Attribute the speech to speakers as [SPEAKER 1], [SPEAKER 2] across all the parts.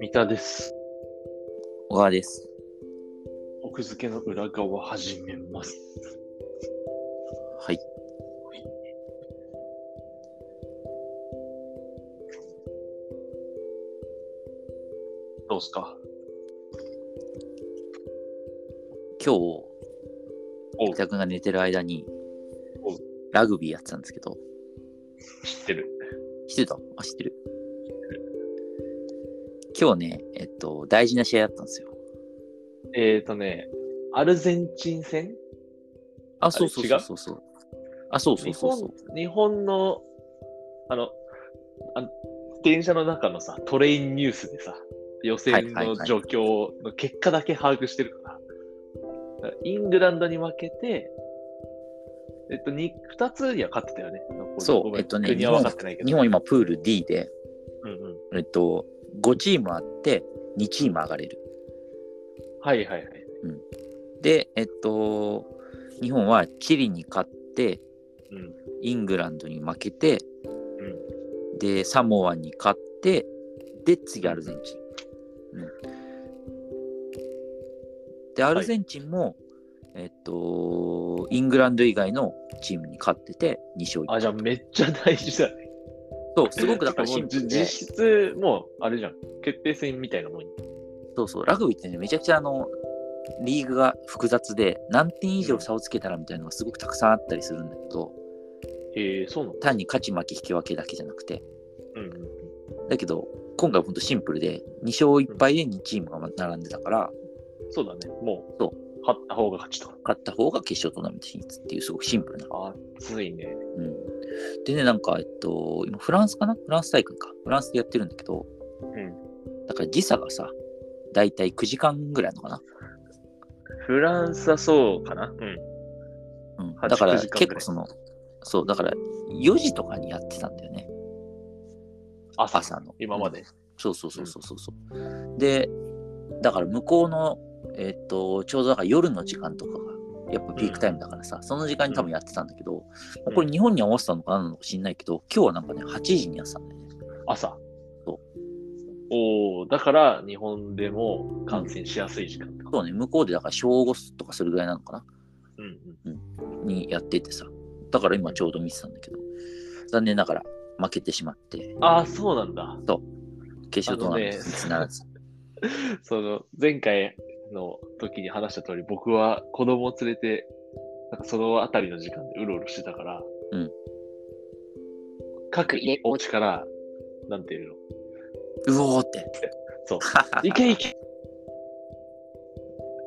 [SPEAKER 1] 三田です。
[SPEAKER 2] 小川です。
[SPEAKER 1] 奥付けの裏側始めます。
[SPEAKER 2] はい。
[SPEAKER 1] どうすか
[SPEAKER 2] 今日、
[SPEAKER 1] おう
[SPEAKER 2] 北くんが寝てる間に
[SPEAKER 1] おう、
[SPEAKER 2] ラグビーやってたんですけど、
[SPEAKER 1] 知ってる。
[SPEAKER 2] 知ってたあ、知ってる。今日ね、えっと、大事な試合だったんですよ。
[SPEAKER 1] えーとね、アルゼンチン戦
[SPEAKER 2] あ、そうそう
[SPEAKER 1] 違
[SPEAKER 2] そううそうそう。あ、そうそうそうそう。
[SPEAKER 1] 日本日本の、あの、あ電車の中のさ、トレインニュースでさ、予選
[SPEAKER 2] はいはい
[SPEAKER 1] の
[SPEAKER 2] はい
[SPEAKER 1] 状況の結果だけ把握してるから、だからイングランドに負けて、えっと、2, 二つには勝ってたよね。
[SPEAKER 2] そう
[SPEAKER 1] ごめん
[SPEAKER 2] えっとね
[SPEAKER 1] 国は分かってないけど。
[SPEAKER 2] 日本今プール D で、
[SPEAKER 1] うんうん、
[SPEAKER 2] えっと、5チームあって、2チーム上がれる。
[SPEAKER 1] はいはいはい。
[SPEAKER 2] で、えっと、日本はチリに勝って、
[SPEAKER 1] うん
[SPEAKER 2] イングランドに負けて、
[SPEAKER 1] うん
[SPEAKER 2] でサモアに勝ってで次アルゼンチン、うんでアルゼンチンも、えっとイングランド以外のチームに勝ってて2勝1
[SPEAKER 1] あ、じゃあめっちゃ大事だね。
[SPEAKER 2] そうすごくだから
[SPEAKER 1] も
[SPEAKER 2] シ
[SPEAKER 1] う
[SPEAKER 2] ンプル
[SPEAKER 1] じ
[SPEAKER 2] で
[SPEAKER 1] 実質、もうあれじゃん。決定戦みたいなもん。
[SPEAKER 2] そうそうラグビーってねめちゃくちゃあのリーグが複雑で何点以上差をつけたらみたいなのがすごくたくさんあったりするんだけど
[SPEAKER 1] えー、そうなの
[SPEAKER 2] 単に勝ち負け引き分けだけじゃなくて
[SPEAKER 1] うんうん。
[SPEAKER 2] だけど今回ほんとシンプルで2勝1敗で2チームが並んでたから、
[SPEAKER 1] そうだね。もう、
[SPEAKER 2] そう
[SPEAKER 1] 勝った方が勝ちと。
[SPEAKER 2] 勝った方が決勝トーナメント進出っていうすごくシンプルな。
[SPEAKER 1] あついね。
[SPEAKER 2] うん、でね、なんか、えっと、今フランスかなフランス大会か。フランスでやってるんだけど、
[SPEAKER 1] うん。
[SPEAKER 2] だから時差がさ、だいたい9時間ぐらいなのか
[SPEAKER 1] フランスはそうかなうん。
[SPEAKER 2] な。うん、
[SPEAKER 1] 8
[SPEAKER 2] だから
[SPEAKER 1] 9時間ぐら
[SPEAKER 2] 結
[SPEAKER 1] い
[SPEAKER 2] 構その、そう、だから4時とかにやってたんだよね、
[SPEAKER 1] 朝。
[SPEAKER 2] 朝の。
[SPEAKER 1] 今まで。
[SPEAKER 2] そうそうそうそうそうそう。で、だから向こうの、えっと、ちょうどだから夜の時間とかが、やっぱピークタイムだからさ、その時間に多分やってたんだけど、
[SPEAKER 1] うん
[SPEAKER 2] これ日本に合わせたのかなのか知んないけど、今日はなんかね、8時にやってたんだよね。
[SPEAKER 1] 朝。
[SPEAKER 2] そう
[SPEAKER 1] おおだから日本でも感染しやすい時間ってこと
[SPEAKER 2] そうね、向こうでだから正午とかそれぐらいなのかな
[SPEAKER 1] うんうん。
[SPEAKER 2] にやっててさ。だから今ちょうど見てたんだけど、残念ながら負けてしまって、
[SPEAKER 1] ああ、そうなんだ。
[SPEAKER 2] 決勝トーナメント
[SPEAKER 1] あのね
[SPEAKER 2] 進出ならず。
[SPEAKER 1] その前回の時に話した通り、僕は子供を連れて、なんかそのあたりの時間でうろうろしてたから、
[SPEAKER 2] うん
[SPEAKER 1] 各家、お家から、なんていうの、
[SPEAKER 2] うおーって。
[SPEAKER 1] そう、いけいけ、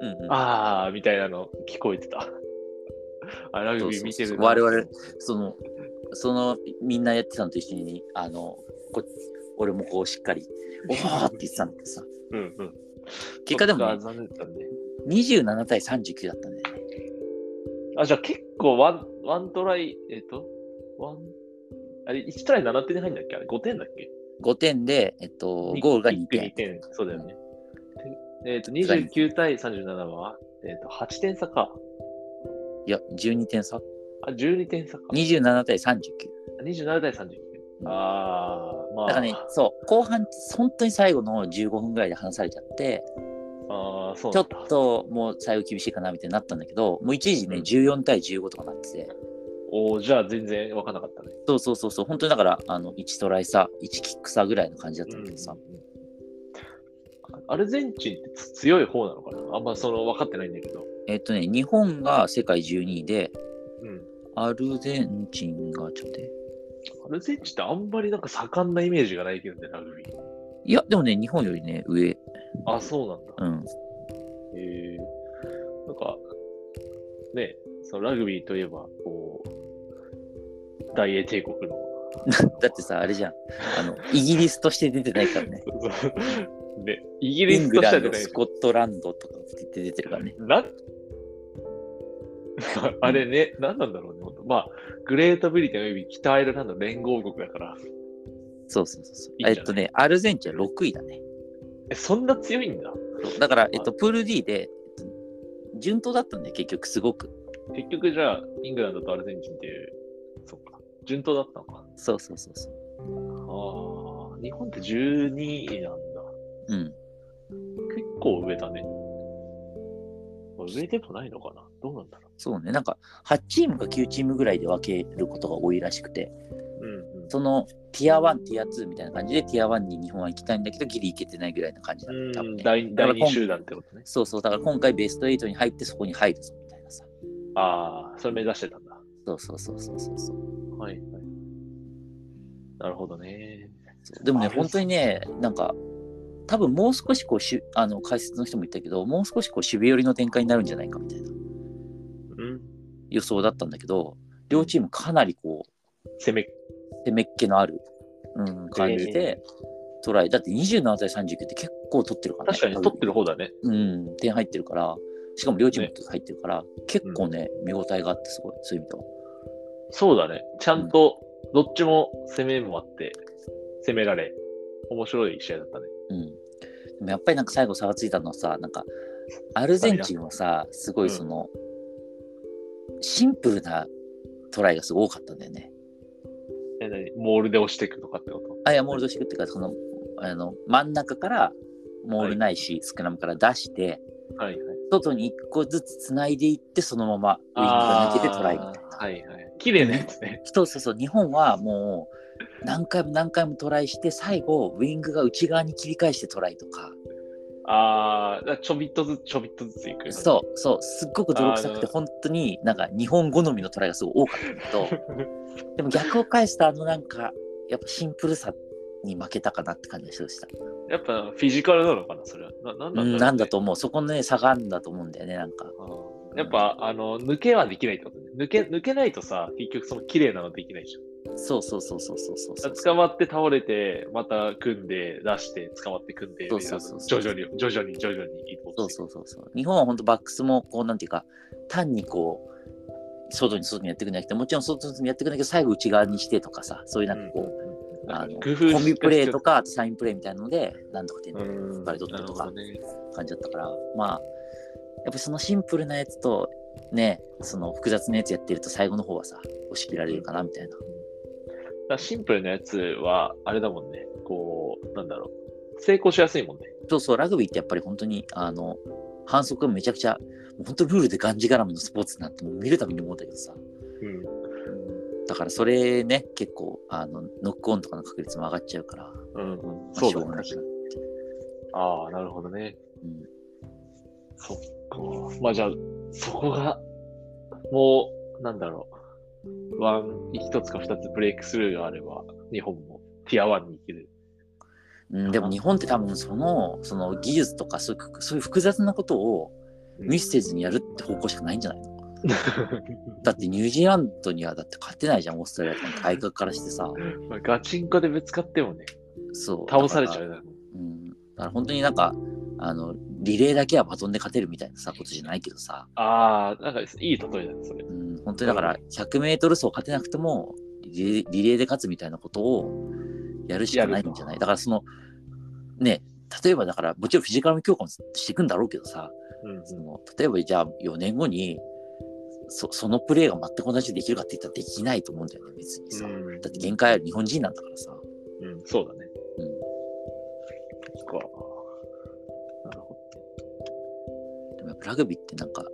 [SPEAKER 2] うんうん、
[SPEAKER 1] あーみたいなの聞こえてた。 あ、ラグビー見てるな
[SPEAKER 2] そうそうそう我々その、そのみんなやってたのと一緒に、あの、こ俺もこうしっか り、おーって言ってたんだけどさ、
[SPEAKER 1] うんうん。
[SPEAKER 2] 結果で
[SPEAKER 1] そっ
[SPEAKER 2] も、
[SPEAKER 1] か
[SPEAKER 2] ね、
[SPEAKER 1] 残念だったね。
[SPEAKER 2] 27対39だったんだよね。
[SPEAKER 1] あ、じゃあ結構ワン、ワントライ、えっ、と、ワン、あれ、1トライ7点で入るんだっけあれ、5点だっけ
[SPEAKER 2] 5点で、えっと、ゴールが2点。
[SPEAKER 1] 点。そうだよね。えっ、と、29対37は、えっ、と、8点差か。
[SPEAKER 2] いや、12点差。
[SPEAKER 1] あ、12点差か。
[SPEAKER 2] 27対39。
[SPEAKER 1] 27対39。
[SPEAKER 2] うん
[SPEAKER 1] ああ、まあ。
[SPEAKER 2] だからね、そう、後半、本当に最後の15分ぐらいで離されちゃって、
[SPEAKER 1] ああ、そう
[SPEAKER 2] ちょ
[SPEAKER 1] なん
[SPEAKER 2] っ
[SPEAKER 1] だ。
[SPEAKER 2] ともう最後厳しいかなみたいになったんだけど、もう一時ね、
[SPEAKER 1] うん
[SPEAKER 2] 14対15とかなってて、
[SPEAKER 1] おおじゃあ全然分かんなかったね。
[SPEAKER 2] そうそうそう、そう本当にだから、あの1トライ差、1キック差ぐらいの感じだったんだけどさ、
[SPEAKER 1] アルゼンチンってつ強い方なのかなあんまその分かってないんだけど。
[SPEAKER 2] えっとね、日本が世界12位で、
[SPEAKER 1] うん。
[SPEAKER 2] アルゼンチンがちょっと待って
[SPEAKER 1] アルゼンチンってあんまりなんか盛んなイメージがないけどね、ラグビー。
[SPEAKER 2] いや、でもね、日本よりね、上、
[SPEAKER 1] あ、そうなんだ。
[SPEAKER 2] うん、
[SPEAKER 1] えー、なんか、ね、そのラグビーといえば、こう、大英帝国の、
[SPEAKER 2] だっ てさ、あれじゃん、あのイギリスとして出てないからね、
[SPEAKER 1] で、イギ
[SPEAKER 2] イ
[SPEAKER 1] リ
[SPEAKER 2] ン
[SPEAKER 1] ス
[SPEAKER 2] グ
[SPEAKER 1] とし
[SPEAKER 2] ラ
[SPEAKER 1] ては出
[SPEAKER 2] ンド、
[SPEAKER 1] てない
[SPEAKER 2] スコットランドとかって出てるからね。
[SPEAKER 1] なあれね、何なんだろうね、本当まあ、グレートブリテン及び北アイルランド連合国だから、
[SPEAKER 2] そうそうそうそう。
[SPEAKER 1] いいんじゃない
[SPEAKER 2] えっとね、アルゼンチンは6位だね。
[SPEAKER 1] え、そんな強いんだ。
[SPEAKER 2] そうだから、えっと、プール D で、えっと順当だったんだよ、結局、すごく。
[SPEAKER 1] 結局じゃあ、イングランドとアルゼンチンっていう、そっか、順当だったのか。
[SPEAKER 2] そうそうそうそう。
[SPEAKER 1] ああ、日本って12位なんだ。
[SPEAKER 2] うん。
[SPEAKER 1] 結構上だね。まあ上でもないのかなどうなんだろ
[SPEAKER 2] そうね。なんか、8チームか9チームぐらいで分けることが多いらしくて、
[SPEAKER 1] う。うん、うん。
[SPEAKER 2] その、ティア1、ティア2みたいな感じで、ティア1に日本は行きたいんだけど、ギリ行けてないぐらいな感じだ
[SPEAKER 1] う
[SPEAKER 2] ね
[SPEAKER 1] ん
[SPEAKER 2] 多分ね
[SPEAKER 1] 第
[SPEAKER 2] だか
[SPEAKER 1] 第
[SPEAKER 2] ら
[SPEAKER 1] 2集団ってことね。
[SPEAKER 2] そうそう。だから今回ベスト8に入ってそこに入るぞ、みたいなさ。
[SPEAKER 1] ああ、それ目指してたんだ。
[SPEAKER 2] そうそうそうそうそうそう。
[SPEAKER 1] はいはい。なるほどね。
[SPEAKER 2] そうでもね、
[SPEAKER 1] あれ
[SPEAKER 2] 本当にね、なんか、多分もう少しこうしゅあの解説の人も言ったけど、もう少しこう守備寄りの展開になるんじゃないかみたいな
[SPEAKER 1] うん。
[SPEAKER 2] 予想だったんだけど、両チームかなりこ
[SPEAKER 1] 攻め、
[SPEAKER 2] う攻めっ気のある、うん、感じでトライ。だって27対39って結構取ってるからね。
[SPEAKER 1] 確かに取ってる方だね。
[SPEAKER 2] うん、点入ってるから、しかも両チーム入ってるから、結構ね、見応えがあってすごい、そういう意味では。
[SPEAKER 1] そうだね。ちゃんと、どっちも攻めもあって、攻められ、面白い試合だったね。
[SPEAKER 2] うん、でもやっぱりなんか最後差がついたのはさなんかアルゼンチンはさすごいその、シンプルなトライがすごい多かったんだよね。
[SPEAKER 1] え、何モールで押していくとかってこと
[SPEAKER 2] あいやモールドシグっていうかそのあの真ん中からモールないし、スクラムから出して
[SPEAKER 1] はいはい。
[SPEAKER 2] 外に1個ずつつないでいってそのままウイングが抜けてトライみたいな。
[SPEAKER 1] あーはいはい。綺麗なやつね。
[SPEAKER 2] そうそうそう日本はもう何回も何回もトライして最後ウイングが内側に切り返してトライとか。
[SPEAKER 1] ああ、だからちょびっとずつちょびっとずついく。
[SPEAKER 2] そうそうすっごく泥臭くて
[SPEAKER 1] あー
[SPEAKER 2] 本当になんか日本好みのトライがすごい多かったんだけ どでも逆を返したあのなんかやっぱシンプルさに負けたかなって感じがしました、
[SPEAKER 1] やっぱフィジカルなのかな、それは。ななんなん
[SPEAKER 2] う
[SPEAKER 1] だろうね、
[SPEAKER 2] ん、なんだと思うそこのね差があるんだと思うんだよねなんか
[SPEAKER 1] うんやっぱ、あの、抜けはできないってことね。抜け、抜けないとさ、結局その綺麗なのできないでしょ。
[SPEAKER 2] そうそうそうそうそうそうそ
[SPEAKER 1] だ
[SPEAKER 2] う
[SPEAKER 1] から捕まって倒れて、また組んで、出して、捕まって組んで、
[SPEAKER 2] そうそうそう
[SPEAKER 1] 徐々に、徐々に、徐々に移動
[SPEAKER 2] そうそうそうそう日本は本当バックスもこうなんていうか単にこう外に外にやってくんじゃなくてもちろん外に外にやってくんだけど最後内側にしてとかさそういうなんかこう、
[SPEAKER 1] う
[SPEAKER 2] あ
[SPEAKER 1] あ
[SPEAKER 2] の
[SPEAKER 1] の
[SPEAKER 2] コ
[SPEAKER 1] 工夫
[SPEAKER 2] ンビプレーとかあとサインプレーみたいなのでなんとか点
[SPEAKER 1] う
[SPEAKER 2] 取
[SPEAKER 1] ん
[SPEAKER 2] っ張り取ったと
[SPEAKER 1] なるほど
[SPEAKER 2] か
[SPEAKER 1] ね
[SPEAKER 2] 感じだったからまあやっぱりそのシンプルなやつとねその複雑なやつやってると最後の方はさ押し切られるかなみたいな
[SPEAKER 1] だからシンプルなやつは、あれだもんね。こう、なんだろう。成功しやすいもんね。
[SPEAKER 2] そうそうラグビーってやっぱり本当にあの反則がめちゃくちゃもう本当ルールでがんじがらめのスポーツなんてもう見るたびに思うんだけどさ
[SPEAKER 1] うん。
[SPEAKER 2] だからそれね結構あのノックオンとかの確率も上がっちゃうから、ま
[SPEAKER 1] うん、
[SPEAKER 2] あ
[SPEAKER 1] そう
[SPEAKER 2] しょ
[SPEAKER 1] だ
[SPEAKER 2] うが
[SPEAKER 1] ね
[SPEAKER 2] な。くなる
[SPEAKER 1] ああ、なるほどね。
[SPEAKER 2] うん
[SPEAKER 1] そっか。まあじゃあ、そこが、もう、なんだろう。ワン、一つか二つブレイクスルーがあれば、日本もティアワンに行ける。
[SPEAKER 2] うん、でも日本って多分そのその技術とかそういうそういう複雑なことをミスせずにやるって方向しかないんじゃな いのだってニュージーランドにはだって勝てないじゃん、オーストラリアの体格からしてさ。
[SPEAKER 1] まあガチンコでぶつかってもね、
[SPEAKER 2] そう。
[SPEAKER 1] 倒されちゃ
[SPEAKER 2] だから。
[SPEAKER 1] うだろう。
[SPEAKER 2] うん。だから本当になんか、あの、リレーだけはバトンで勝てるみたいなさ、ことじゃないけどさ。
[SPEAKER 1] ああ、なんかいい例えだね、それ。
[SPEAKER 2] うん、本当にだから100メートル走勝てなくてもリレー、リレーで勝つみたいなことをやるしかないんじゃな
[SPEAKER 1] や
[SPEAKER 2] い
[SPEAKER 1] る
[SPEAKER 2] だからその、ね、例えばだから、もちろんフィジカルの強化もしていくんだろうけどさ、
[SPEAKER 1] うん
[SPEAKER 2] その例えばじゃあ4年後に、そそのプレーが全く同じでできるかって言ったらできないと思うんだよね、別にさ。
[SPEAKER 1] うん
[SPEAKER 2] だって限界ある日本人なんだからさ。
[SPEAKER 1] うん、そうだね。
[SPEAKER 2] うん
[SPEAKER 1] そっか。なるほ
[SPEAKER 2] でもやっぱラグビーってなんか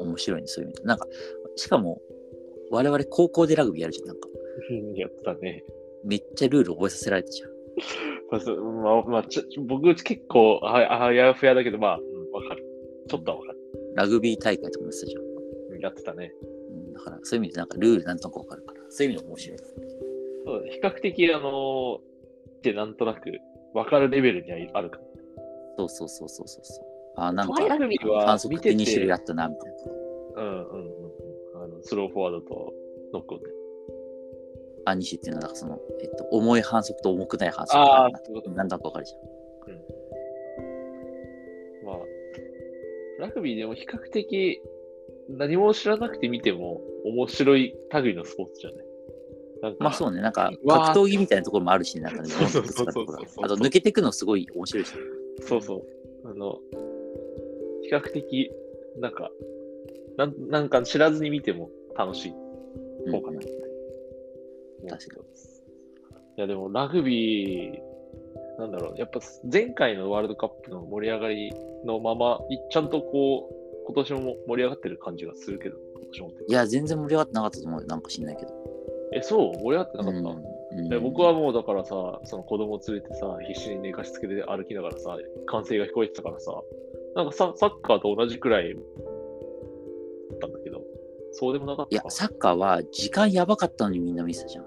[SPEAKER 2] 面白いね、そういう意味で。なんか、しかも我々高校でラグビーやるじゃん。なんか、
[SPEAKER 1] ど。やったね。
[SPEAKER 2] めっちゃルール覚えさせられたじゃん。
[SPEAKER 1] まあ、そうまあ、まあ、ちょちょ僕結構、ああやふやだけど、まあ、うんわ、かる。ちょっとはわかる。
[SPEAKER 2] ラグビー大会とかもやってたじゃん。
[SPEAKER 1] うんやってたね。
[SPEAKER 2] うん、だから、そういう意味でなんかルールなんとなくわかるから、そういう意味でも面白い。
[SPEAKER 1] そうだね比較的、あのー、ってなんとなくわかるレベルにはいあるかも。
[SPEAKER 2] そうそうそうそうそうそう。あー、なんか
[SPEAKER 1] トライラグビー、は
[SPEAKER 2] 反則
[SPEAKER 1] 見てて
[SPEAKER 2] 的に種類あったな、みたいな。
[SPEAKER 1] うんうんうん。あのスローフォワードとノックオンね。
[SPEAKER 2] アニシっていうのは、なんかその、えっと、重い反則と重くない反則が
[SPEAKER 1] あ
[SPEAKER 2] あ
[SPEAKER 1] あ
[SPEAKER 2] る、
[SPEAKER 1] そういうこと
[SPEAKER 2] な。なんとなくわかるじゃん。
[SPEAKER 1] まあ、ラグビーでも比較的何も知らなくて見ても面白い類のスポーツじゃないなんか
[SPEAKER 2] まあそうね、なんか
[SPEAKER 1] うわー
[SPEAKER 2] 格闘技みたいなところもあるし、なんかね、
[SPEAKER 1] そうそうそうそう
[SPEAKER 2] どんどんぶつかってくるあと抜けていくのすごい面白いし。
[SPEAKER 1] そうそう。あの、比較的、なんか、なんなんか知らずに見ても楽しい
[SPEAKER 2] うん
[SPEAKER 1] 方かなって。
[SPEAKER 2] 確か
[SPEAKER 1] に。いや、でもラグビー、なんだろう、やっぱ前回のワールドカップの盛り上がりのまま、いちゃんとこう、今年も盛り上がってる感じがするけど、今年もって
[SPEAKER 2] いや、全然盛り上がってなかったと思うよ。なんか知んないけど。
[SPEAKER 1] え、そう盛り上がってなかった、
[SPEAKER 2] うんうん
[SPEAKER 1] で僕はもうだからさ、その子供連れてさ、必死に寝かしつけで歩きながらさ、歓声が聞こえてたからさ、なんかササッカーと同じくらいだったんだけど、そうでもなかった
[SPEAKER 2] いや、サッカーは時間やばかったのにみんな見てたじゃん。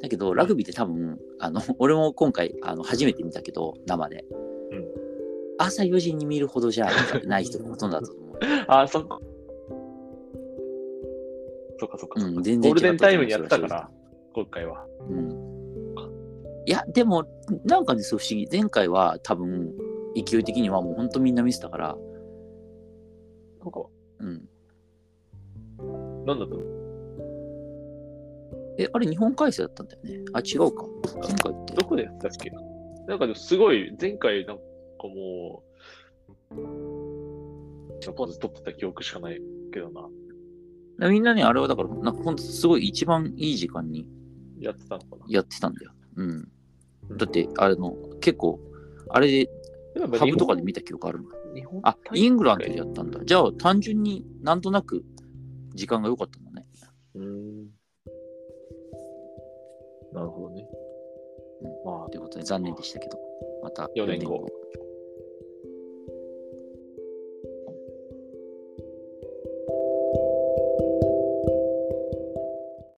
[SPEAKER 2] だけど、ラグビーって多分、あの、 俺も今回、あの、初めて見たけど、生で。
[SPEAKER 1] うん
[SPEAKER 2] 朝4時に見るほどじゃない人がほとんどだったと思う。
[SPEAKER 1] あ、そっか。そっかそっかそっか。
[SPEAKER 2] うん、全然
[SPEAKER 1] ゴールデ
[SPEAKER 2] 違
[SPEAKER 1] ン
[SPEAKER 2] った
[SPEAKER 1] タ
[SPEAKER 2] と
[SPEAKER 1] イ
[SPEAKER 2] 思
[SPEAKER 1] ム
[SPEAKER 2] う
[SPEAKER 1] にやってたから、。今回は。
[SPEAKER 2] うん。いや、でも、なんかね、そう不思議。前回は多分、勢い的にはもう本当みんな見てたから、
[SPEAKER 1] なんか、
[SPEAKER 2] うん。
[SPEAKER 1] なんだと思う
[SPEAKER 2] え、あれ日本開催だったんだよね。あ、違うか。前回って。
[SPEAKER 1] どこでやってたっけなんかでもすごい、前回なんかもう、ジャパンズ撮ってた記憶しかないけどな、
[SPEAKER 2] みんなね、あれはだから、なんかほんとすごい一番いい時間に
[SPEAKER 1] やってたのかな。
[SPEAKER 2] やってたんだよ。うん。だって、あれの、結構、あれで、ハブとかで見た記憶あるもん。
[SPEAKER 1] 日本
[SPEAKER 2] あ、イングランドでやったんだ。じゃあ、単純になんとなく時間が良かったんだね。
[SPEAKER 1] うん。なるほどね
[SPEAKER 2] う。
[SPEAKER 1] まあ、
[SPEAKER 2] ということで、残念でしたけど、また
[SPEAKER 1] 四年後
[SPEAKER 2] 四